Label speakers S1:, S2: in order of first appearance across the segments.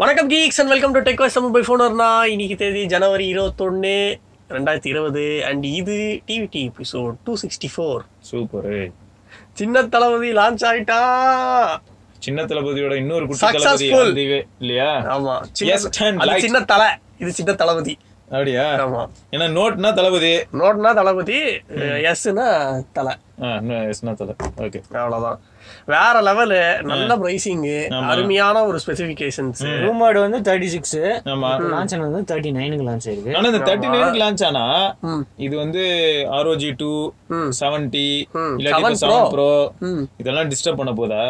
S1: வணக்கம் geeks and welcome to டெக்வஸ் Tamil by ஃபோனர்னா இன்னைக்கு தேதி ஜனவரி இருபத்தொன்று ரெண்டாயிரத்தி இருபது அண்ட் இது டிவிடி episode two sixty four
S2: super
S1: சின்ன தளபதி லான்ச் ஆயிட்டா
S2: சின்ன தளபதியோட இன்னொரு குட்டி தளபதி
S1: Successful.
S2: அதுவே இல்லையா
S1: ஆமா
S2: Yes, ten
S1: சின்ன அது
S2: likes.
S1: சின்ன தலை இது சின்ன தளபதி
S2: அப்படியா
S1: ஆமா
S2: ஏன்னா நோட்னா தளபதி
S1: நோட்னா தளபதி எஸ்னா தலை
S2: ஆ எஸ்னா தலை ஓகே
S1: அவ்வளவுதான் வேற லெவலு நல்ல பிரைசிங்கு அருமையான ஒரு ஸ்பெசிஃபிகேஷன்ஸ்
S3: ரூமோடு வந்து தேர்ட்டி சிக்ஸ்
S2: ஆமா
S3: லான்ச் ஆனது வந்து தேர்ட்டி நைனுக்கு லான்ச் ஆயிருக்கு
S2: ஆனா இந்த தேர்ட்டி நைனுக்கு லான்ச் ஆனா இது வந்து ஆர்ஓஜி டூ செவன்டி இல்லாட்டி செவன் ப்ரோ இதெல்லாம் டிஸ்டர்ப் பண்ண போதா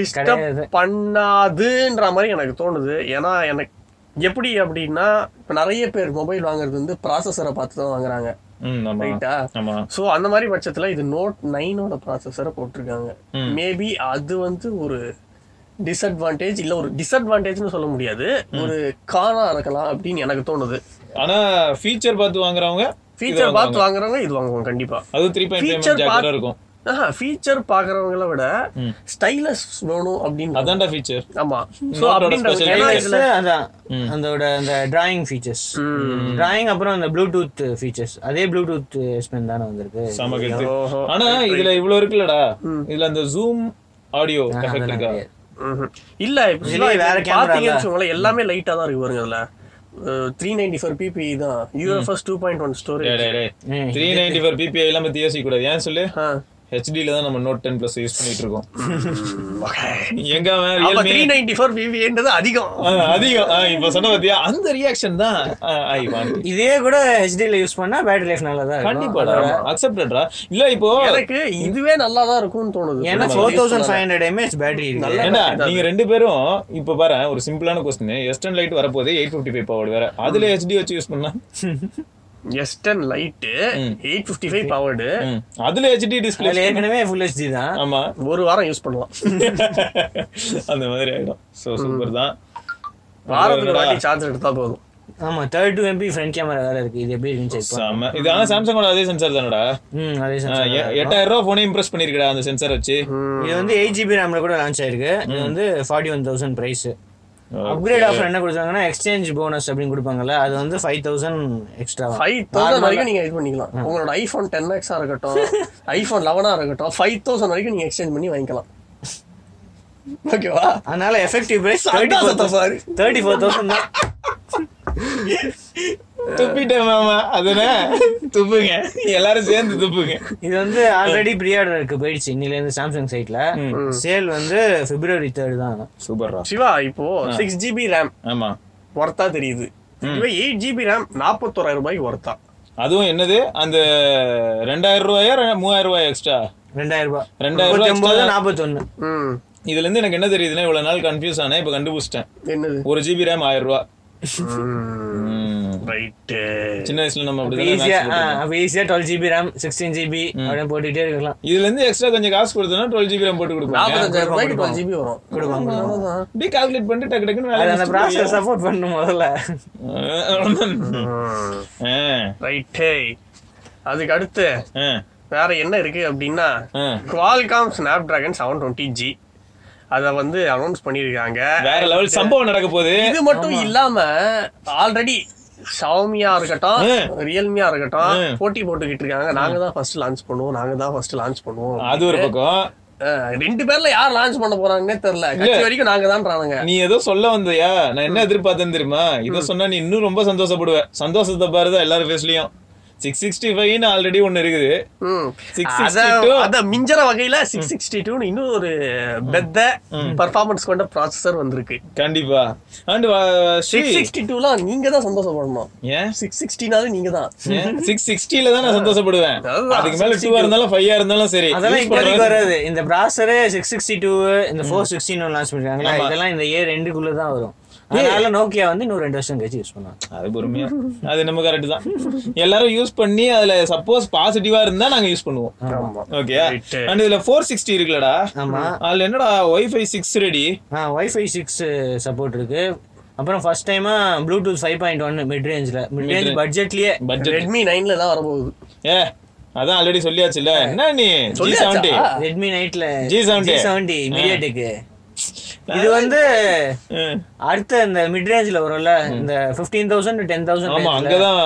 S1: டிஸ்டர்ப் பண்ணாதுன்ற மாதிரி எனக்கு தோணுது ஏன்னா எனக்கு எப்படி அப்படின்னா இப்போ நிறைய பேர் மொபைல் வாங்குறது வந்து ப்ராசஸரை பார்த்து தான் வாங்குறாங்க
S2: ம் ஆமா
S1: ரைட்டா
S2: ஆமா
S1: ஸோ அந்த மாதிரி பட்சத்தில் இது நோட் நைனோட ப்ராசஸரை போட்டிருக்காங்க மேபி அது வந்து ஒரு டிஸ்அட்வான்டேஜ் இல்லை ஒரு டிஸ்அட்வான்டேஜ்னு சொல்ல முடியாது ஒரு கானா இருக்கலாம் அப்படின்னு எனக்கு தோணுது
S2: ஆனா ஃபீச்சர் பார்த்து வாங்குறவங்க
S1: ஃபீச்சர் பார்த்து வாங்குறவங்க இது வாங்குவோம் கண்டிப்பா
S2: அது த்ரீ பாயிண்ட் ஃபைவ்
S1: Feature பார்த்து-
S2: இருக்கும்
S1: ஆஹா ஃபீச்சர் பார்க்குறவங்கள விட ஸ்டைலஸ் வேணும் அப்படின்னு
S2: அதான்டா ஃபீச்சர்
S1: ஆமா ஸோ
S2: Note-ஓட special
S1: அப்படின்னு
S3: Device அதான் அதோட அந்த டிராயிங் ஃபீச்சர்ஸ் டிராயிங் அப்புறம் அந்த ப்ளூடூத் ஃபீச்சர்ஸ் அதே ப்ளூடூத் ஸ்பென் தானே வந்திருக்கு
S2: சமகத்து
S1: ஓஹோ.
S2: ஆனா இதுல இவ்வளவு இருக்குல்லடா இதுல அந்த ஜூம் ஆடியோ எஃபெக்ட் இருக்கா
S1: ம்ஹும். இல்ல இப்ப
S3: இதுலயே
S1: full-ஆ
S3: வேற
S1: இப்ப
S3: camera
S1: பாத்தீங்கன்னு
S3: தான்.
S1: வச்சுக்கோங்களேன், எல்லாமே லைட்டா தான் இருக்கு பாருங்க அதுல three ninety four PP E தான் UFS two point one storage
S3: ஏய்,
S2: த்ரீ நைன்டி ஃபோர் பிபிஐ எல்லாம் பத்தி யோசிக்க கூடாது ஏன் சொல்லு
S1: ஆ.
S2: ஹெச்டில தான் நம்ம நோட் டென் பிளஸ் யூஸ் பண்ணிட்டு இருக்கோம் எங்க அவன் Realme?
S1: த்ரீ நைன்டி ஃபோர் பிபின்றது E அதிகம்
S2: ஆ, அதிகம் ஆ, இப்ப சொன்ன பாத்தியா அந்த ரியாக்ஷன் தான் ஐ வாண்ட்
S3: இதே கூட ஹெச்டில யூஸ் பண்ணா பேட்டரி லைஃப் நல்லா தான் இருக்கும்
S2: கண்டிப்பாடா அக்செப்டடா இல்ல இப்போ
S1: எனக்கு இதுவே நல்லா தான் இருக்கும்னு தோணுது
S3: ஏன்னா
S1: நம்ம
S3: ஃபோர்
S1: use
S3: தௌசண்ட்
S1: பண்ணல.
S3: ஃபைவ் ஹண்ட்ரட் எம்ஏஹெச் பேட்டரி இருக்கு
S2: ஏண்டா நீங்க ரெண்டு பேரும் இப்ப பாரு ஒரு சிம்பிளான கொஸ்டின் எஸ்டன் லைட் வரப்போது எயிட் பிப்டி ஃபைவ் பவர் வேற அதுல ஹெச்டி வச்சு யூஸ் பண்ணா
S1: எஸ்டன் light eight fifty five powered
S2: ம். அதுல ஹெச்டி டிஸ்பிளே
S3: அதுல ஏற்கனவே ஃபுல் ஹெச்டி தான்
S2: ஆமா
S1: ஒரு வாரம் யூஸ் பண்ணலாம்
S2: அந்த மாதிரி ஆயிடும் சோ சூப்பர் தான்
S1: வாரத்துக்கு ஒரு வாட்டி சார்ஜ் எடுத்தா போதும்
S3: ஆமா thirty two MP front camera வேற இருக்கு இது எப்படி இருக்குன்னு செக்
S2: செம இது ஆனா சாம்சங்கோட அதே சென்சார் தானடா
S3: ம் அதே
S2: ஆ,
S3: sensor.
S2: எ- எட்டாயிரம் ரூபா போனே இம்ப்ரெஸ் பண்ணிருக்கடா அந்த சென்சார் வச்சு
S3: இது வந்து எயிட் ஜிபி ரேம்ல கூட லான்ச் ஆயிருக்கு இது வந்து forty one thousand price upgrade offer என்ன கொடுத்தாங்கன்னா எக்ஸ்சேஞ்ச் போனஸ் அப்படின்னு கொடுப்பாங்கல்ல அது வந்து five thousand extra
S1: five thousand வரைக்கும் நீங்க இது பண்ணிக்கலாம் உங்களோட ஐபோன் டென் எக்ஸா இருக்கட்டும் ஐபோன் லெவனா இருக்கட்டும் ஃபைவ் தௌசண்ட் வரைக்கும் நீங்க எக்ஸ்சேஞ்ச் பண்ணி வாங்கிக்கலாம் ஓகேவா
S3: அதனால எஃபெக்டிவ் பிரைஸ் தேர்ட்டி ஃபோர்
S1: சத்தம் பாரு.
S3: தௌசண்ட் தேர்ட்டி ஃபோர் தௌசண்ட் தான்
S2: துப்பிட்டேன் மாமா அதுனா துப்புங்க எல்லாரும் சேர்ந்து துப்புங்க
S3: இது வந்து ஆல்ரெடி ப்ரீ ஆர்டர் இருக்கு போயிடுச்சு இன்னில இருந்து சாம்சங் சைட்ல சேல் வந்து பிப்ரவரி தேர்ட் தான்
S2: சூப்பர்ரா
S1: சிவா இப்போ சிக்ஸ் ஜிபி ரேம்
S2: ஆமா
S1: ஒர்த்தா தெரியுது இதுவே எயிட் ஜிபி ரேம் நாற்பத்தோராயிரம் ரூபாய்க்கு ஒர்த்தா
S2: அதுவும் என்னது அந்த ரெண்டாயிரம் ரூபாயா ரெ- மூவாயிரம் ரூபாயா எக்ஸ்ட்ரா
S3: ரெண்டாயிரம் ரூபாய்
S2: ரெண்டாயிரம்
S3: இருபத்தி
S2: ரூபாய்
S3: ஒன்பது
S2: extra.
S3: நாற்பத்தொன்னு
S1: ம்
S2: இதுல இருந்து எனக்கு என்ன தெரியுதுன்னா இவ்வளவு நாள் கன்ஃபியூஸ் ஆனேன் இப்ப கண்டுபிடிச்சிட்டேன்
S1: என்னது
S2: ஒரு ஜிபி ரேம் ஆயிரம் ரூபா ம்.
S1: ரைட்டு
S2: சின்ன வயசுல நம்ம
S3: ஈஸியா
S2: அப்படி
S3: அப்ப ஈஸியா twelve GB RAM sixteen GB அப்படின்னு போட்டுட்டே இருக்கலாம்
S2: இதுல இருந்து எக்ஸ்ட்ரா கொஞ்சம் காசு கொடுத்தோம்னா டுவெல் ஜிபி ரேம் போட்டு கொடுப்பாங்க
S1: நாற்பத்தஞ்சாயிரம் ரூபாய்க்கு டுவெல் ஜிபி வரும்
S2: அப்படியே கால்குலேட் பண்ணிட்டு டக்கு டக்குன்னு வேலை
S3: அது அந்த ப்ராசஸ் சப்போர்ட் பண்ணும் முதல்ல
S2: ஆ,
S1: ரைட்டே அதுக்கு அடுத்து
S2: ஆ,
S1: வேற என்ன இருக்கு அப்படின்னா
S2: ஆ.
S1: Qualcomm Snapdragon seven twenty G அதை வந்து அனௌன்ஸ் பண்ணியிருக்காங்க
S2: வேற லெவல் சம்பவம் நடக்க போகுது
S1: இது மட்டும் இல்லாம ஆல்ரெடி ஷாமியா இருக்கட்டும் ரியல்மியா இருக்கட்டும் போட்டி போட்டுக்கிட்டு இருக்காங்க நாங்க தான் ஃபர்ஸ்ட் லான்ச் பண்ணுவோம் நாங்க தான் ஃபர்ஸ்ட் லான்ச் பண்ணுவோம்
S2: அது ஒரு பக்கம்
S1: அஹ், ரெண்டு பேர்ல யார் லான்ச் பண்ண போறாங்கன்னே தெரியல கட்சி வரைக்கும் நாங்க தான்றானுங்க
S2: நீ ஏதோ சொல்ல வந்தியா நான் என்ன எதிர்பார்த்தேன் தெரியுமா இதை சொன்னா நீ இன்னும் ரொம்ப சந்தோஷப்படுவ சந்தோஷத்தை பாருதான் எல்லாரும் ஃபேஸ்லயும் சிக்ஸ் சிக்ஸ்டி ஃபைவ்னு ஆல்ரெடி ஒண்ணு இருக்குது
S1: ம்.
S2: சிக்ஸ்
S1: அத
S2: சிக்ஸ்டி டூ
S1: அத மிஞ்சற வகையில சிக்ஸ் சிக்ஸ்டி டூன்னு இன்னும் ஒரு பெத்த பர்ஃபார்மன்ஸ் கொண்ட ப்ராசஸர் வந்திருக்கு
S2: கண்டிப்பா அண்ட் ஸ்ரீ
S1: சிக்ஸ் சிக்ஸ்டி டூலாம் நீங்க தான் சந்தோஷப்படணும்
S2: ஏன்
S1: சிக்ஸ் சிக்ஸ்டினாலும் நீங்க தான்
S2: சிக்ஸ் சிக்ஸ்டில தான் நான் சந்தோஷப்படுவேன்
S1: அதுதான்.
S2: அதுக்கு மேல டூவா இருந்தாலும் ஃபைவா இருந்தாலும் சரி
S3: அதெல்லாம்
S2: Use
S3: இப்போதைக்கு
S2: பண்றது-
S3: வராது இந்த ப்ராசரு சிக்ஸ் சிக்ஸ்டி டூ இந்த ஃபோர் சிக்ஸ்டின் லான்ச் பண்ணிருக்காங்களா இதெல்லாம் இந்த ஏ ரெண்டுக்குள்ள தான் வரும் அதனால நோக்கியா வந்து இன்னும் ரெண்டு வருஷம் கழிச்சு யூஸ் பண்ணுவாங்க
S2: அது பொறுமையா அது நம்ம கரெக்ட் தான் எல்லாரும் யூஸ் பண்ணி அதுல சப்போஸ் பாசிட்டிவா இருந்தா நாங்க யூஸ் பண்ணுவோம்
S1: ஆமா.
S2: Okay
S1: Right.
S2: அண்ட் இதுல ஃபோர் சிக்ஸ்டி இருக்குல்லடா
S3: ஆமா.
S2: அதுல என்னடா ஒய்ஃபை சிக்ஸ் ரெடி
S3: ஆ வைஃபை சிக்ஸ் சப்போர்ட் இருக்கு அப்புறம் ஃபர்ஸ்ட் டைமா Bluetooth five point one mid ரேஞ்சில் மிட் ரேஞ்ச் பட்ஜெட்லயே
S2: பட்ஜெட்
S1: ரெட்மி நைன்ல தான் வரப்போகுது
S2: ஏ அதான் ஆல்ரெடி சொல்லியாச்சுல என்ன நீ ஜி செவன்டி
S1: சொல்லியாச்சா?
S3: ரெட்மி நைட்ல
S2: G70.
S3: G seventy MediaTek இது வந்து
S2: ம்.
S3: அடுத்த இந்த மிட் ரேஞ்சில் வரும்ல இந்த fifteen thousand to ten thousand
S2: ஆமா அங்கதான்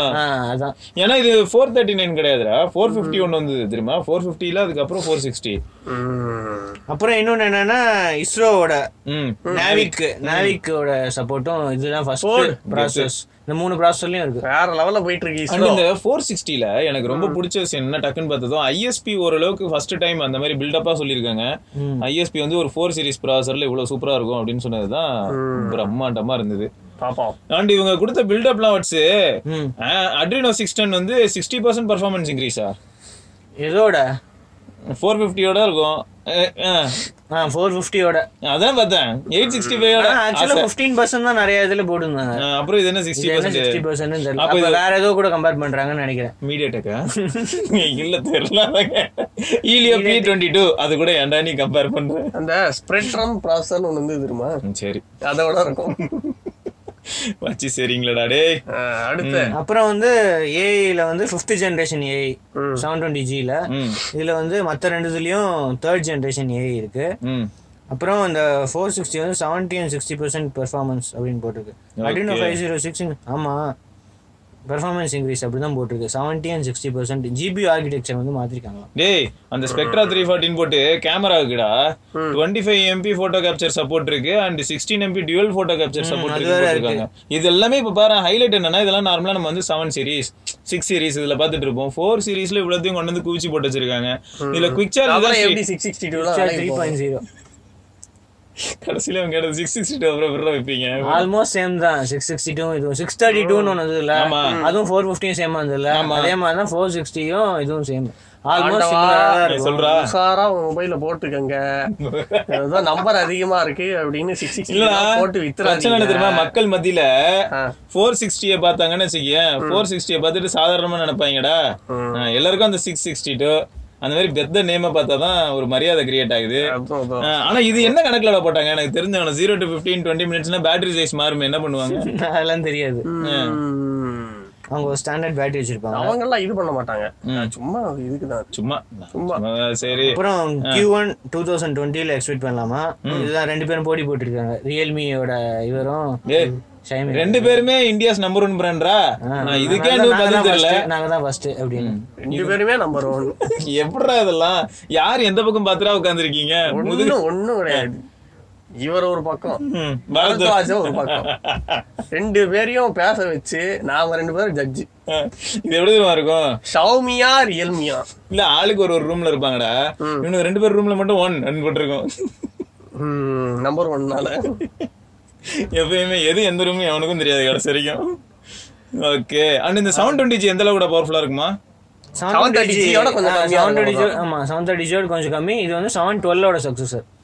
S3: அதான்
S2: ஏன்னா இது ஃபோர் தேர்ட்டி நைன் கிடையாதுடா ஃபோர் ஃபிஃப்டி ஒன்று வந்தது தெரியுமா ஃபோர் ஃபிஃப்டியில் அதுக்கப்புறம் ஃபோர் சிக்ஸ்டி
S1: ம்.
S3: அப்புறம் இன்னொன்னு என்னன்னா இஸ்ரோவோட
S2: ம்
S3: நாவிக் நாவிக்கோட சப்போர்ட்டும் இதுதான் ஃபர்ஸ்ட் ப்ராசஸ் இந்த மூணு ப்ராசஸ்லயும் இருக்கு
S1: வேற லெவல்ல போயிட்டு இருக்கு
S2: அண்ட்
S1: இஸ்ரோ
S2: இந்த ஃபோர் சிக்ஸ்டியில் எனக்கு ரொம்ப பிடிச்ச விஷயம் என்ன டக்குன்னு பார்த்ததும் ஐஎஸ்பி ஓரளவுக்கு ஃபர்ஸ்ட் டைம் அந்த மாதிரி பில்டப்பாக சொல்லியிருக்காங்க ஐஎஸ்பி வந்து ஒரு ஃபோர் சீரிஸ் ப்ராசரில் இவ்வளோ சூப்பராக இருக்கும் அப்படின்னு சொன்னது தான் பிரம்மாண்டமாக இருந்தது
S1: பாப்போம்
S2: அண்ட் இவங்க கொடுத்த பில்டப்லாம் வச்சு
S3: ம்.
S2: அட்ரினோ சிக்ஸ்டன் வந்து சிக்ஸ்டி பர்சன்ட் பர்ஃபார்மன்ஸ் இன்க்ரீஸா
S3: எதோட
S2: ஃபோர் ஃபிஃப்டியோட இருக்கும் அஹ், அஹ்.
S3: ஆ ஃபோர் ஃபிஃப்டியோட
S2: அதான் பார்த்தேன் எயிட் சிக்ஸ்டி ஃபைவோட
S3: ஆக்சுவலாக ஃபிஃப்டீன் பர்சன்ட் தான் நிறைய இதுல போட்டுருந்தாங்க
S2: அப்புறம் இது என்ன சிக்ஸ்டி பர்சன்ட்
S3: சிக்ஸ்டி பர்சன்ட் தெரியல அப்ப வேற ஏதோ கூட கம்பேர் பண்றாங்கன்னு நினைக்கிறேன்
S2: மீடியா டெக்கா இல்ல தெரியல ஈலியோ பி டுவெண்ட்டி டூ அது கூட ஏன்டா நீ கம்பேர் பண்ற
S1: அந்த ஸ்ப்ரெட்ரம் ப்ராசஸ்னு ஒன்று வந்து தெரியுமா
S2: ம், சரி
S1: அதோட இருக்கும்
S2: வச்சு சரிங்களடா டேய்
S1: அஹ் அடுத்து
S3: அப்புறம் வந்து ஏஐல வந்து fifth generation AI seven twenty ஜியில்
S2: ம்
S3: இதுல வந்து மத்த ரெண்டு இதுலயும் தேர்ட் ஜென்ரேஷன் ஏஐ இருக்கு
S2: ம்
S3: அப்புறம் இந்த ஃபோர் சிக்ஸ்டி வந்து seventy and sixty percent performance அப்படின்னு போட்டிருக்கு oh Adreno five zero six ஆமாம் பெர்ஃபார்மன்ஸ் இன்க்ரீஸ் அப்படி தான் போட்டிருக்கு seventy and sixty percent GPU architecture வந்து மாற்றிருக்காங்களாம்
S2: டேய் அந்த ஸ்பெக்ட்ரா த்ரீ ஃபார்ட்டின் போட்டு கேமராவுக்குடா twenty five MP photo capture support இருக்கு and sixteen MP dual photo capture support
S3: அது
S2: இருக்கு
S3: வேற
S2: போட்டிருக்காங்க இது எல்லாமே இப்போ பாரு ஹைலைட் என்னன்னா இதெல்லாம் நார்மலா நம்ம வந்து செவன் சீரிஸ் சிக்ஸ் சீரிஸ் இதுல பார்த்துட்டு இருப்போம் ஃபோர் சீரிஸ்ல இவ்வளோத்தையும் கொண்டு வந்து குவிச்சு போட்டு வச்சிருக்காங்க இதுல குவிக்
S1: அப்புறம்
S2: சார்ஜ்
S1: எப்படி சிக்ஸ் சிக்ஸ்டி
S3: த்ரீ
S1: டூலாம்
S3: பாயிண்ட் ஜீரோ
S2: கடைசியில அவங்க எடுத்து சிக்ஸ் சிக்ஸ்டி அப்புறம் விட வைப்பீங்க
S3: ஆல்மோஸ்ட் சேம் தான் சிக்ஸ் சிக்ஸ்டி டூ இதுவும் சிக்ஸ் தேர்ட்டி டூன்னு ஒன்று இல்ல
S2: ஆமா.
S3: அதுவும் ஃபோர் ஃபிஃப்டியும் சேம் வந்ததுல அதே மாதிரி தான் ஃபோர் சிக்ஸ்டியும் இதுவும் சேம் ஆல்மோஸ்ட்
S1: ஆண்டவா.
S2: சொல்றா
S1: உஷாரா உங்க மொபைல போட்டுக்கங்க அதுதான் நம்பர் அதிகமா இருக்கு அப்படின்னு சிக்ஸ் சிக்ஸ்டி
S2: இல்லடா
S1: போட்டு
S2: பிரச்சனை என்ன தெரியுமா
S1: வித்துறாங்க
S2: மக்கள் மத்தியில ஃபோர் சிக்ஸ்டிய பார்த்தாங்கன்னு வச்சுக்கேன் ஃபோர் சிக்ஸ்டிய பார்த்துட்டு சாதாரணமா நினைப்பாங்கடா ஆ, எல்லாருக்கும் அந்த சிக்ஸ் சிக்ஸ்டி டூ அந்த மாதிரி பெத்த நேம பார்த்தா தான் ஒரு மரியாதை கிரியேட் ஆகுது
S1: அதான், அதான்.
S2: ஆ, ஆனா இது என்ன கணக்குல போட்டாங்க எனக்கு தெரிஞ்சவன ஜீரோ டு பிப்டீன் டுவெண்ட்டி மினிட்ஸ்னா பேட்டரி சைஸ் மாறுமே என்ன பண்ணுவாங்க
S3: அதெல்லாம் தெரியாது
S1: ம்.
S3: அவங்க ஒரு ஸ்டாண்டர்ட் பேட்டரி வச்சிருப்பாங்க
S1: அவங்க எல்லாம் இது பண்ண மாட்டாங்க சும்மா அது இதுக்குதான் அது.
S2: சும்மா சும்மா, சரி
S3: அப்புறம் Q1 ஒன் டூ தௌசண்ட் டுவெண்ட்டியில் எக்ஸ்பெக்ட் பண்ணலாமா இதுதான் ரெண்டு பேரும் போட்டி போட்டிருக்காங்க ரியல்மியோட இவரும்
S2: டேய்,
S3: ஷைமி
S2: ரெண்டு பேருமே இந்தியாஸ் நம்பர் ஒன் பிராண்டா இதுக்கே எனக்கு பதில் தெரியல
S3: நாங்க தான் ஃபர்ஸ்ட் அப்படின்னு
S1: ரெண்டு பேருமே நம்பர் ஒன்
S2: எப்படிடா இதெல்லாம் யார் எந்த பக்கம் பாத்துடா உட்காந்துருக்கீங்க
S1: ஒண்ணும் ஒண்ணும் கிடையாது இவர் ஒரு பக்கம் பரத்வாஜ ஒரு பக்கம் ரெண்டு பேரையும் பேச வச்சு நாம ரெண்டு பேரும் ஜட்ஜி
S2: இது எப்படி தெரியுமா இருக்கும்
S1: ஷவுமியா ரியல்மியா
S2: இல்ல ஆளுக்கு ஒரு ஒரு ரூம்ல இருப்பாங்கடா இவனுக்கு ரெண்டு பேர் ரூம்ல மட்டும் ஒன் ரன் போட்டிருக்கோம்
S1: நம்பர் ஒன்னால
S2: எப்பயுமே எது எந்த ரூம் எவனுக்கும் தெரியாது கடைசி வரைக்கும் ஓகே அண்ட் இந்த செவன் டுவெண்ட்டி ஜி எந்த அளவுக்கு பவர்ஃபுல்லா இருக்குமா
S3: 720
S1: 720 யோட கொஞ்சம்
S3: ஆ,
S1: கம்மியா
S3: 720 ஆமா 720 ஜியோட கொஞ்சம் கம்மி இது வந்து செவன் டுவெல்லோட சக்சஸர்
S1: செவன்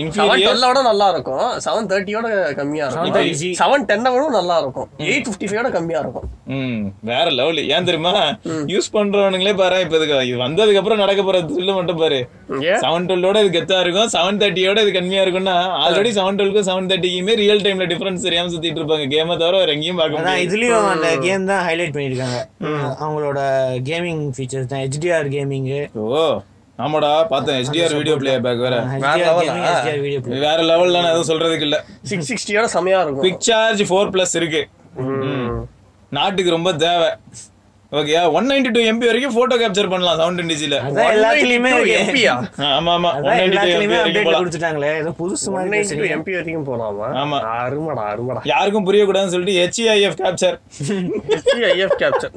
S2: இன்ஃபீரியர்
S1: டுவெல்லோட நல்லா இருக்கும் செவன் தேர்ட்டியோட கம்மியா இருக்கும் செவன் டென்னை விடவும் நல்லா இருக்கும் எயிட் ஃபிஃப்டி ஃபைவோட கம்மியா இருக்கும்
S2: ம் வேற லவ்லி ஏன் தெரியுமா யூஸ் பண்றவனுங்களே பாரு இப்ப இதுக்கு இது வந்ததுக்கு அப்புறம் நடக்க போற thrill மட்டும் பாரு
S1: ஏ
S2: செவன் டுவெல்லோட இது கெத்தா இருக்கும் செவன் தேர்ட்டியோட இது கம்மியா இருக்கும்னா ஆல்ரெடி செவன் டுவெல்க்கும் செவன் தேர்ட்டிக்குமே ரியல் டைம்ல டிஃபரன்ஸ் தெரியாம சுத்திட்டு இருப்பாங்க கேமை தவிர வேற எங்கேயும் பார்க்க
S3: அதான்
S2: முடியாது
S3: இதுலயும் அந்த கேம் தான் ஹைலைட் பண்ணிருக்காங்க அவங்களோட கேமிங் ஃபீச்சர்ஸ் தான் HDR கேமிங்
S2: ஓ ஆமாடா பார்த்தேன் HDR வீடியோ பிளே பேக் வேற
S3: HDR கேமிங் HDR வீடியோ
S2: வேற லெவல்ல நான் எதுவும் சொல்றதுக்கு இல்ல
S1: சிக்ஸ் சிக்ஸ்டியோட செமையா இருக்கும்
S2: குவிக் சார்ஜ் ஃபோர் பிளஸ் இருக்கு
S1: ம்.
S2: நாட்டுக்கு ரொம்ப தேவை ஓகேயா ஒன் நைன்டி டூ எம்பி வரைக்கும் போட்டோ கேப்சர் பண்ணலாம் செவன் டுவெண்ட்டிஜில
S3: அதான் எல்லாத்துலயுமே
S1: 192 MP -யா?
S2: ஆமா ஆமா ஒன்
S3: அதான்
S2: நைன்டி டூ எம்பி
S3: எல்லாத்துலயுமே
S2: வரைக்கும்
S3: அப்டேட்
S2: போலாம்
S3: கொடுத்துட்டாங்களே ஏதோ புதுசு மாதிரி
S1: 192 MP வரைக்கும் போலாமா
S2: ஆமா.
S1: அருமடா அருமடா
S2: யாருக்கும் புரியக்கூடாதுன்னு சொல்லிட்டு E HEIF capture
S1: IF capture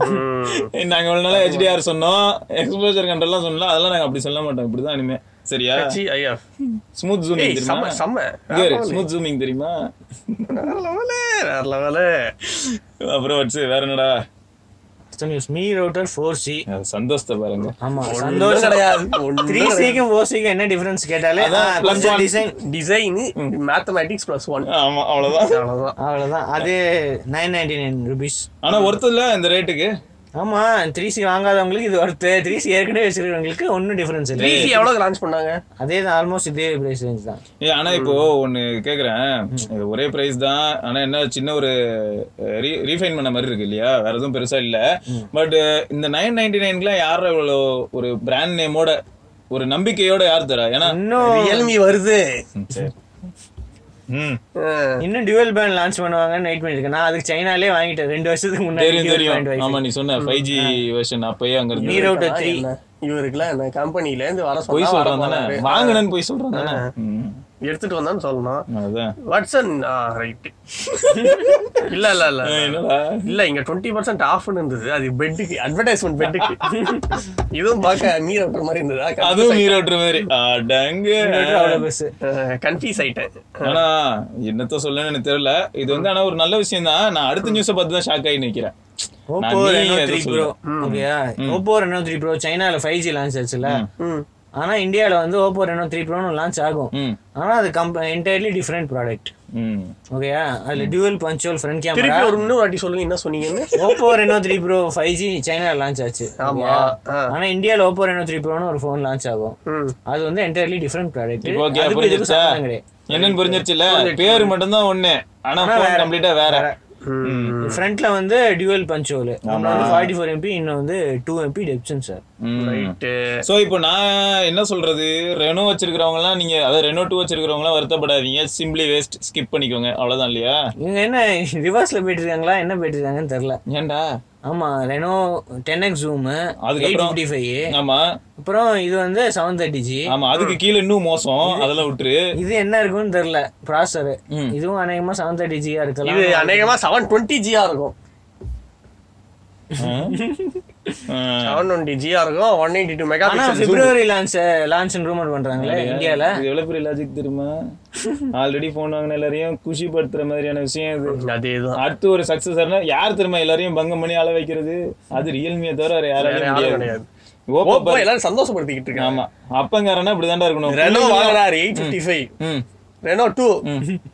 S2: நாங்க இவ்வளவு நாளா ஹெச்டிஆர் சொன்னோம் எக்ஸ்போஜர் கண்ட்ரோல்லாம் சொன்னோம் அதெல்லாம் நாங்க அப்படி சொல்ல மாட்டோம் இப்படிதான் இனிமே சரியா
S3: E
S1: ஐஎஃப்
S2: ஸ்மூத்
S1: ஏய்
S2: ஜூமிங்
S1: செம்ம
S2: தெரியுமா
S1: செம்ம
S2: ஸ்மூத் ஜூமிங் தெரியுமா
S1: வேற லெவலு வேற லெவலு
S2: அப்புறம் வச்சு வேற என்னடா
S3: news Mi router four C
S2: அது சந்தோஷத்தை பாருங்க
S3: ஆமா
S1: ஒண்ணும்
S3: சந்தோஷம்
S1: கிடையாது ஒண்ணும்
S3: த்ரீ சிக்கும் ஃபோர் சிக்கும் என்ன டிஃபரன்ஸ் கேட்டாலே
S2: அதான்
S3: ஆ,
S2: plus
S3: கொஞ்சம்
S2: one.
S3: Design
S1: design mathematics plus one
S2: ஆமா அவ்வளவுதான்
S1: அவ்வளவுதான்
S3: அவ்வளவுதான் அது நைன் நைன்டி நைன் ருபீஸ்
S2: ஆனா ஒருத்தர் இல்ல இந்த ரேட்டுக்கு
S3: ஆமா த்ரீ சி வாங்காதவங்களுக்கு இது ஒருத்து த்ரீ சி ஏற்கனவே வச்சிருக்கவங்களுக்கு ஒன்றும் டிஃபரன்ஸ் இல்லை
S1: டிசி எவ்வளவு லான்ச் பண்ணாங்க
S3: அதே தான் ஆல்மோஸ்ட் இதே பிரைஸ் ரேஞ்ச் தான்
S2: ஏய், ஆனா இப்போ ஒண்ணு கேக்குறேன் இது ஒரே பிரைஸ் தான் ஆனா என்ன சின்ன ஒரு ரீஃபைன் பண்ண மாதிரி இருக்கு இல்லையா வேற எதுவும் பெருசா இல்ல பட் இந்த நைன் நைன்டி நைன்க்குலாம் யார இவ்வளோ ஒரு பிராண்ட் நேமோட ஒரு நம்பிக்கையோட யார் தரா ஏன்னா
S3: இன்னும்
S1: ரியல்மி வருது
S2: சரி. ம்
S1: அஹ்,
S3: இன்னும் டியூவல் பேண்ட் லான்ச் பண்ணுவாங்கன்னு வெயிட் பண்ணிருக்கேன் நான் அதுக்கு சைனாலே வாங்கிட்டேன் ரெண்டு வருஷத்துக்கு முன்னாடி
S2: தெரியும்
S3: dual band
S2: தெரியும்
S3: வாங்கி-
S2: ஆமா நீ சொன்ன ஃபைவ் ஜி வெர்ஷன் அப்பயே அங்க இருந்து
S3: Hero to
S1: இவருக்கெல்லாம்
S3: three.
S1: என்ன? இவருக்கெல்லாம் என்ன கம்பெனில இருந்து வர
S2: பொய்
S1: சொன்னா வர
S2: சொல்றான் தானே
S1: போறாரு.
S2: வாங்கினேன்னு பொய் சொல்றான் தானே ம்.
S1: எடுத்துட்டு வந்தான்னு சொல்லணும்
S2: அதான்
S1: வாட்ஸன் ரைட் இல்ல இல்ல இல்ல
S2: அஹ் என்னடா
S1: இல்ல இங்க டுவெண்ட்டி பர்சன்ட் ஆஃப்னு இருந்தது அது பெட்டுக்கு அட்வர்டைஸ்மெண்ட் பெட்டுக்கு இதுவும் பார்க்க நீர் விட்டுற மாதிரி இருந்ததா
S2: அதுவும் நீரோட்டுற மாதிரி அடங்கு
S3: அவ்வளவு பெருசு
S1: கன்ஃபியூஸ் ஆயிட்டேன்
S2: ஆனா என்னத்த சொல்லணும்னு எனக்கு தெரியல இது வந்து ஆனா ஒரு நல்ல விஷயம் தான் நான் அடுத்த நியூஸ பார்த்து தான் ஷாக் ஆகி நிக்கிறேன் நான்
S3: ஓப்போ
S2: நீ
S3: ரெனோ
S2: எதுவும்
S3: த்ரீ ப்ரோ
S2: சொல்லு.
S3: ஓகேயா ஓப்போ ரெனோ த்ரீ ப்ரோ சைனால ஃபைவ் ஜி லான்ச் ஆச்சுல்ல
S1: ம்.
S3: ஆனா இந்தியால வந்து ஓப்போ ரெனோ த்ரீ ப்ரோன்னு லான்ச் ஆகும்
S2: ம்
S3: ஆனா அது கம்ப என்டையர்லி டிஃப்ரெண்ட் ப்ராடக்ட்
S2: ம்
S3: ஓகேயா அதுல டியூவல் பஞ்சுவல் ஃப்ரண்ட் கேமரா
S1: திருப்பி ஒரு இன்னொரு வாட்டி சொல்லுங்க என்ன சொன்னீங்கன்னு
S3: Oppo Reno three pro five G சைனால லான்ச் ஆச்சு
S1: ஆமா
S3: ஓகேயா?
S1: ஆ.
S3: ஆனா இந்தியால ஓப்போ ரெனோ த்ரீ ப்ரோன்னு ஒரு ஃபோன் லான்ச் ஆகும்
S1: ம்.
S3: அது வந்து என்டையர்லி டிஃப்ரெண்ட் ப்ராடக்ட்
S2: இப்போ ஓகே புரிஞ்சிருச்சா என்னன்னு புரிஞ்சிருச்சுல பேர் மட்டும் தான் ஒண்ணு ஆனா ஃபோன் கம்ப்ளீட்டா வேற
S1: ம்.
S3: ஃப்ரண்ட்ல வந்து டியூவல் பஞ்சுவல் நம்ம வந்து ஃபார்ட்டி ஃபோர் எம்பி இன்னும் வந்து two MP depth sensor sir
S1: right
S2: so இப்போ நான் என்ன சொல்றது ரெனோ வச்சிருக்கிறவங்க எல்லாம் நீங்க அதாவது ரெனோ டூ வச்சிருக்கிறவங்க எல்லாம் வருத்தப்படாதீங்க சிம்பிளி வேஸ்ட் ஸ்கிப் பண்ணிக்கோங்க அவ்வளவுதான் இல்லையா
S3: இவங்க என்ன ரிவர்ஸ்ல போயிட்டு இருக்காங்களா என்ன போயிட்டு இருக்காங்கன்னு தெரியல
S2: ஏன்டா
S3: ஆமா Reno ten X zoom eight
S2: அதுக்கப்புறம்?
S3: ஃபிஃப்டி ஃபைவ்
S2: ஆமா
S3: அப்புறம் இது வந்து செவன் தேர்ட்டி ஜி
S2: ஆமா அதுக்கு கீழே இன்னும் மோசம் அதெல்லாம் விட்டுரு
S3: இது என்ன இருக்கும்னு தெரியல ப்ராசர் இதுவும் அநேகமா செவன் தேர்ட்டி ஜியா
S1: இது
S3: இருக்கலாம்
S1: அநேகமா செவன் டுவெண்ட்டி ஜியா இருக்கும்
S2: ஆ.
S1: செவன் டுவெண்ட்டி ஜியா இருக்கும் ஒன் எயிட்டி டூ மெகா
S3: ஆனா பிப்ரவரி லான்ச் லான்ச் ரூமர் பண்றாங்களே இந்தியால
S2: இது எவ்வளவு பெரிய லாஜிக் தெரியுமா ஆல்ரெடி போன் வாங்கின எல்லாரையும் குஷிப்படுத்துற மாதிரியான விஷயம் இது
S1: அதேதான்
S2: அடுத்து ஒரு சக்சஸ் யார் திரும்ப எல்லாரையும் பங்கம் பண்ணி ஆள வைக்கிறது அது ரியல்மியை தவிர வேற
S1: வேற
S2: யாராலையும்
S1: யாரும்
S2: முடியாது
S1: கிடையாது
S2: ஓப்போ
S1: ஓப்போ எல்லாரும் சந்தோஷப்படுத்திக்கிட்டு இருக்காங்க
S2: ஆமா அப்பங்காரனா இப்படிதான்டா இருக்கணும்
S1: ரெனோ வாங்குறாரு எயிட் ஃபிஃப்டி ஃபைவ்
S2: ம்.
S1: ரெனோ டூ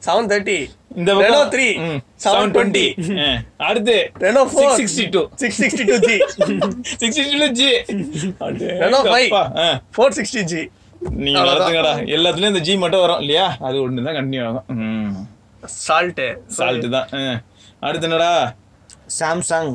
S1: செவன் தேர்ட்டி
S2: இந்த
S1: ரெனோ
S2: பக்கம்
S1: த்ரீ
S2: ம்.
S1: Seven twenty
S2: 720. ஆ. அடுத்து
S1: Reno four six
S2: 662
S1: sixty two G
S2: 662 G
S1: Reno five
S2: அப்பா. ஆ.
S1: ஃபோர் சிக்ஸ்டி ஜி
S2: நீங்க வளர்த்துங்கடா எல்லாத்துலயும் இந்த ஜி மட்டும் வரும் இல்லையா அது ஒண்ணுதான் தான் கண்டினியூ ஆகும் ம்.
S1: சால்ட்டு
S2: சால்ட் தான் ஆ. அடுத்து என்னடா
S3: சாம்சங்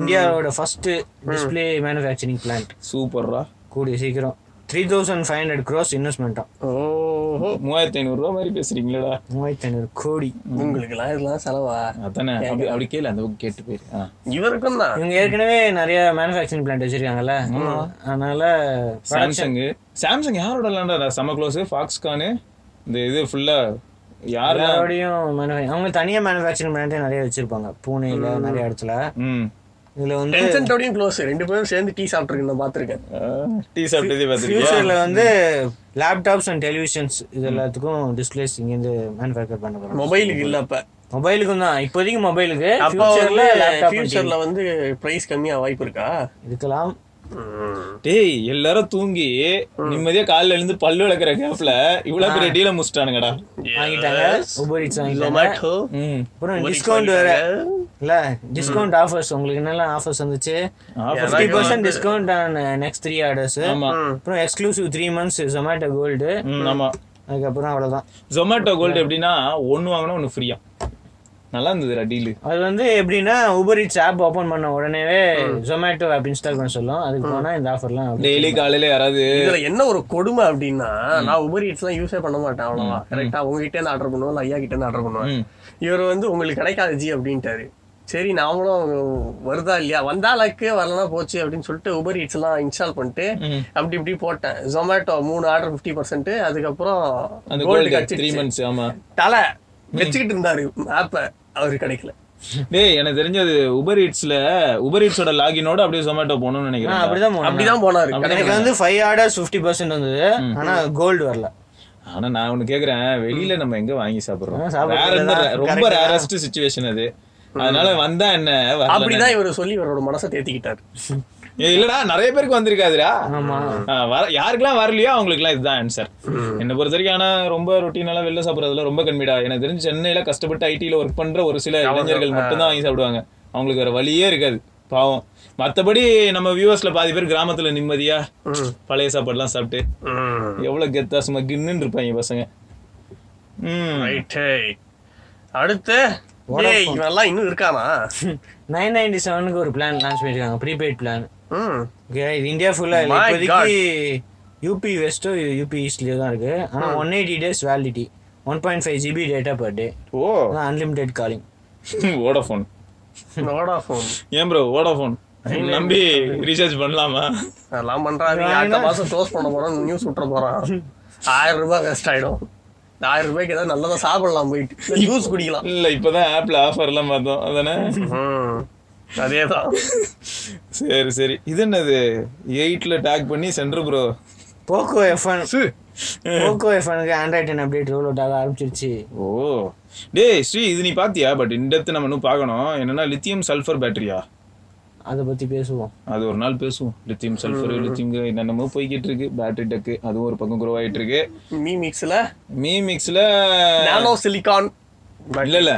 S3: இந்தியாவோட ஃபர்ஸ்ட் டிஸ்ப்ளே மேனுஃபேக்சரிங் பிளான்ட்
S2: சூப்பர்ரா
S3: கூடிய சீக்கிரம் three thousand five hundred crores இன்வெஸ்ட்மெண்ட்டாக
S1: ஓஹோ
S2: மூவாயிரத்தி ஐநூறு ரூபா மாதிரி பேசுறீங்களா
S3: மூவாயிரத்தி ஐநூறு கோடி
S1: உங்களுக்குலாம் இதெல்லாம் செலவா
S2: அதானே அப்படி அப்படி கேளு அந்த பக்கம் கேட்டு போயிரு ஆ.
S1: இவருக்கும் தான்
S3: இவங்க ஏற்கனவே நிறைய மேனுஃபேக்சரிங் பிளான்ட் வச்சிருக்காங்கல்ல அதனால
S2: சாம்சங் சாம்சங் யாரோட லேண்டா செம க்ளோஸ் ஃபாக்ஸ்கானு இந்த இது ஃபுல்லா யார்
S3: எல்லாரோடையும் manufacturing- அவங்க தனியா மேனுஃபேக்சரிங் பிளான்ட்டே நிறைய வச்சிருப்பாங்க பூனேல நிறைய இடத்துல
S2: ம்
S3: இதுல வந்து
S1: டென்சன்டோடையும் க்ளோஸ் ரெண்டு பேரும் சேர்ந்து டீ சாப்பிட்டுருக்கு நான் பார்த்துருக்கேன்
S2: டீ சாப்பிட்டதே பார்த்துருக்கியா
S3: ஃபியூச்சர்ல வந்து லேப்டாப்ஸ் அண்ட் டெலிவிஷன்ஸ் இது எல்லாத்துக்கும் டிஸ்பிளேஸ் இங்கேருந்து மேனுஃபேக்சர் பண்ண போறாங்க
S1: மொபைலுக்கு இல்ல அப்ப
S3: மொபைலுக்கும் தான் இப்போதைக்கு மொபைலுக்கு
S1: அப்ப
S3: ஃபியூச்சர்ல
S1: வந்து
S3: லேப்டாப்
S1: ஃபியூச்சர்ல வந்து பிரைஸ் கம்மியா வாய்ப்பு இருக்கா
S3: இருக்கலாம்
S2: டேய் எல்லாரும் தூங்கி நிம்மதியா காலைல எழுந்து பல்லு விளக்குற கேப்ல இவ்வளவு பெரிய டீல முடிச்சிட்டானுங்கடா
S3: வாங்கிட்டாங்க உபரிட்ஸ் வாங்கிட்டாங்க
S1: ஜொமேட்டோ
S2: ம்
S3: அப்புறம் டிஸ்கவுண்ட் வேற இல்ல டிஸ்கவுண்ட் ஆஃபர்ஸ் உங்களுக்கு என்னெல்லாம் ஆஃபர்ஸ் வந்துச்சு
S2: offer
S3: fifty percent discount on next three orders
S2: ஆமா
S3: அப்புறம் exclusive three months Zomato gold
S2: ம், ஆமா
S3: அதுக்கப்புறம் அவ்வளவுதான்
S2: ஜொமேட்டோ கோல்டு எப்படின்னா ஒன்னு வாங்கினா ஒன்னு ஃப்ரீயா நல்லா இருந்ததுடா டீலு
S3: அது வந்து எப்படின்னா உபர் இட்ஸ் ஆப் ஓபன் பண்ண உடனேவே ஜொமேட்டோ ஆப் இன்ஸ்டால் பண்ண சொல்லும் அதுக்கு போனா இந்த ஆஃபர்லாம்
S2: டெய்லி காலையில யாராவது
S1: இதுல என்ன ஒரு கொடுமை அப்படின்னா நான் உபர் ஈட்ஸ் எல்லாம் யூஸே பண்ண மாட்டேன் அவ்வளவா கரெக்டா உங்ககிட்ட இருந்து ஆர்டர் பண்ணுவேன் இல்ல ஐயா கிட்ட இருந்து ஆர்டர் பண்ணுவேன் இவர் வந்து உங்களுக்கு கிடைக்காது ஜி அப்படின்ட்டாரு சரி நாமளும் அவங்க வருதா இல்லையா வந்தா லக்கு வரலனா போச்சு அப்படின்னு சொல்லிட்டு உபர் ஈட்ஸ் எல்லாம் இன்ஸ்டால் பண்ணிட்டு அப்படி இப்படி போட்டேன் ஜொமேட்டோ மூணு ஆர்டர் ஃபிஃப்டி பர்சன்ட் அதுக்கப்புறம்
S2: அந்த
S1: கோல்டு
S2: கோல்டு த்ரீ
S1: கட்சி
S2: மந்த்ஸ் ஆமா
S1: தலை வச்சுக்கிட்டு இருந்தாரு ஆப்ப அவரு கிடைக்கல
S2: டேய் எனக்கு தெரிஞ்சது உபர் ஈட்ஸ்ல உபர் ஈட்ஸோட லாகினோட அப்படியே ஜொமேட்டோ போகணும்னு
S3: ஆ,
S2: நினைக்கிறேன்
S3: அப்படிதான் போனோம்
S1: அப்படிதான் போனாரு
S3: எனக்கு வந்து ஃபைவ் ஆர்டர்ஸ் ஃபிஃப்டி பர்சன்ட் வந்தது ஆனா கோல்டு வரல
S2: ஆனா நான் ஒண்ணு கேக்குறேன் வெளியில நம்ம எங்க வாங்கி சாப்பிடுறோம்
S3: ஆ, சாப்பிடுறது
S2: வேற எந்த
S3: தான்.
S2: ரொம்ப ரேரஸ்ட் சுச்சுவேஷன் அது அதனால வந்தா என்ன வரலன்னா
S1: அப்படிதான் இவர் சொல்லி இவரோட மனசை தேத்திக்கிட்டாரு
S2: ஏய், இல்லடா நிறைய பேருக்கு வந்திருக்காதுடா ஆ, வர- யாருக்கெல்லாம் வரலையோ அவங்களுக்குலாம் இதுதான் ஆன்சர் என்னை பொறுத்த வரைக்கும் ஆனா ரொம்ப ரொட்டீனால வெளில சாப்பிடறதுல ரொம்ப கன்மிடா எனக்கு தெரிஞ்சு சென்னையில கஷ்டப்பட்டு ஐடில ஒர்க் பண்ற ஒரு சில இளைஞர்கள் மட்டும்தான் வாங்கி சாப்பிடுவாங்க அவங்களுக்கு வேற வழியே இருக்காது பாவம் மத்தபடி நம்ம வியூவர்ஸ்ல பாதி பேர் கிராமத்துல நிம்மதியா பழைய சாப்பாடுலாம் சாப்பிட்டு எவ்வளவு கெத்தா சும்மா கின்னு இருப்பாங்க பசங்க ம்
S1: ரைட்டு அடுத்து ஏய், இவன்லாம் இன்னும் இருக்கானா
S3: நைன் நைன்டி செவனுக்கு ஒரு பிளான் லான்ச் பண்ணிருக்காங்க ப்ரீபெய்ட் பிளான்
S1: ம்
S3: இது இந்தியா ஃபுல்லா
S1: My
S3: இப்போதைக்கு யூபி வெஸ்டோ யூபி ஈஸ்ட்லயோ தான் இருக்கு ஆனா one eighty days validity one point five GB data per day
S2: ஓ
S3: அன்லிமிடெட் காலிங்
S2: வோடாஃபோன்
S1: வோடாஃபோன்
S2: ஏன் ப்ரோ வோடாஃபோன் நம்பி ரீசார்ஜ் பண்ணலாமா
S1: அதெல்லாம் பண்றாங்க அடுத்த மாசம் க்ளோஸ் பண்ண போறோம் நியூஸ் விட்டுற போறான் ஆயிரம் ரூபாய் வேஸ்ட் ஆயிடும் இந்த ஆயிரம் ரூபாய்க்கு ஏதாவது நல்லதா சாப்பிடலாம் போயிட்டு ஜூஸ் குடிக்கலாம்
S2: இல்ல இப்பதான் ஆப்ல ஆஃபர் எல்லாம் பார்த்தோம் அதானே
S1: ம், அதேதான்
S2: சரி சரி இது என்னது எயிட்ல டேக் பண்ணி centre bro
S3: Poco F one Poco எஃப்எனுக்கு Android ten update roll out ஆக ஆரம்பிச்சிருச்சு
S2: ஓ டேய் ஸ்ரீ இது நீ பாத்தியா பட் இண்டத்து நம்ம இன்னும் பார்க்கணும் என்னன்னா லித்தியம் சல்ஃபர் பேட்டரியா
S3: அதை பற்றி பேசுவோம்
S2: அது ஒரு நாள் பேசுவோம் லித்தியம் சல்ஃபர் லித்தியம் என்னென்னமோ போய்கிட்டு இருக்கு பேட்டரி டக்கு அதுவும் ஒரு பக்கம் குரோ ஆயிட்டு இருக்கு
S1: மீ மிக்ஸ்ல
S2: மீ மிக்ஸ்ல
S1: நானோ சிலிகான்
S2: இல்ல இல்ல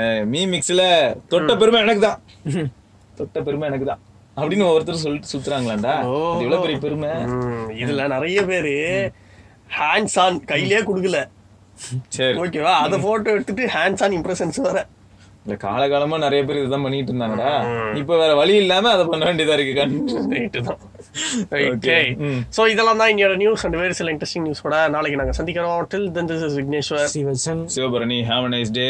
S2: அஹ், மீ மிக்ஸ்ல தொட்ட பெருமை எனக்கு தான் தொட்ட பெருமை எனக்கு தான் அப்படின்னு ஒவ்வொருத்தர் சொல்லிட்டு சுத்துறாங்களாண்டா இது எவ்வளவு பெரிய பெருமை
S1: ம், இதுல நிறைய பேரு ஹேண்ட்ஸ் ஆன் கையிலே குடுக்கல
S2: சரி
S1: ஓகேவா அதை போட்டோ எடுத்துட்டு ஹேண்ட்ஸ் ஆன் இம்ப்ரெஷன்ஸ் வேற
S2: இல்ல காலகாலமா நிறைய பேர் இதுதான் பண்ணிட்டு இருந்தாங்கடா இப்ப வேற வழி இல்லாம அதை பண்ண வேண்டியதா இருக்கு கண்டிப்பா
S1: ரைட்டு தான்
S2: Okay.
S1: ஓகே ஸோ இதெல்லாம் தான் என்னோட நியூஸ் அண்ட் வேறு சில இன்ட்ரெஸ்டிங் நியூஸோட நாளைக்கு நாங்கள் சந்திக்கிறோம் till then this is Vigneshwar
S3: Srivatsan
S2: Sivabharani have nice day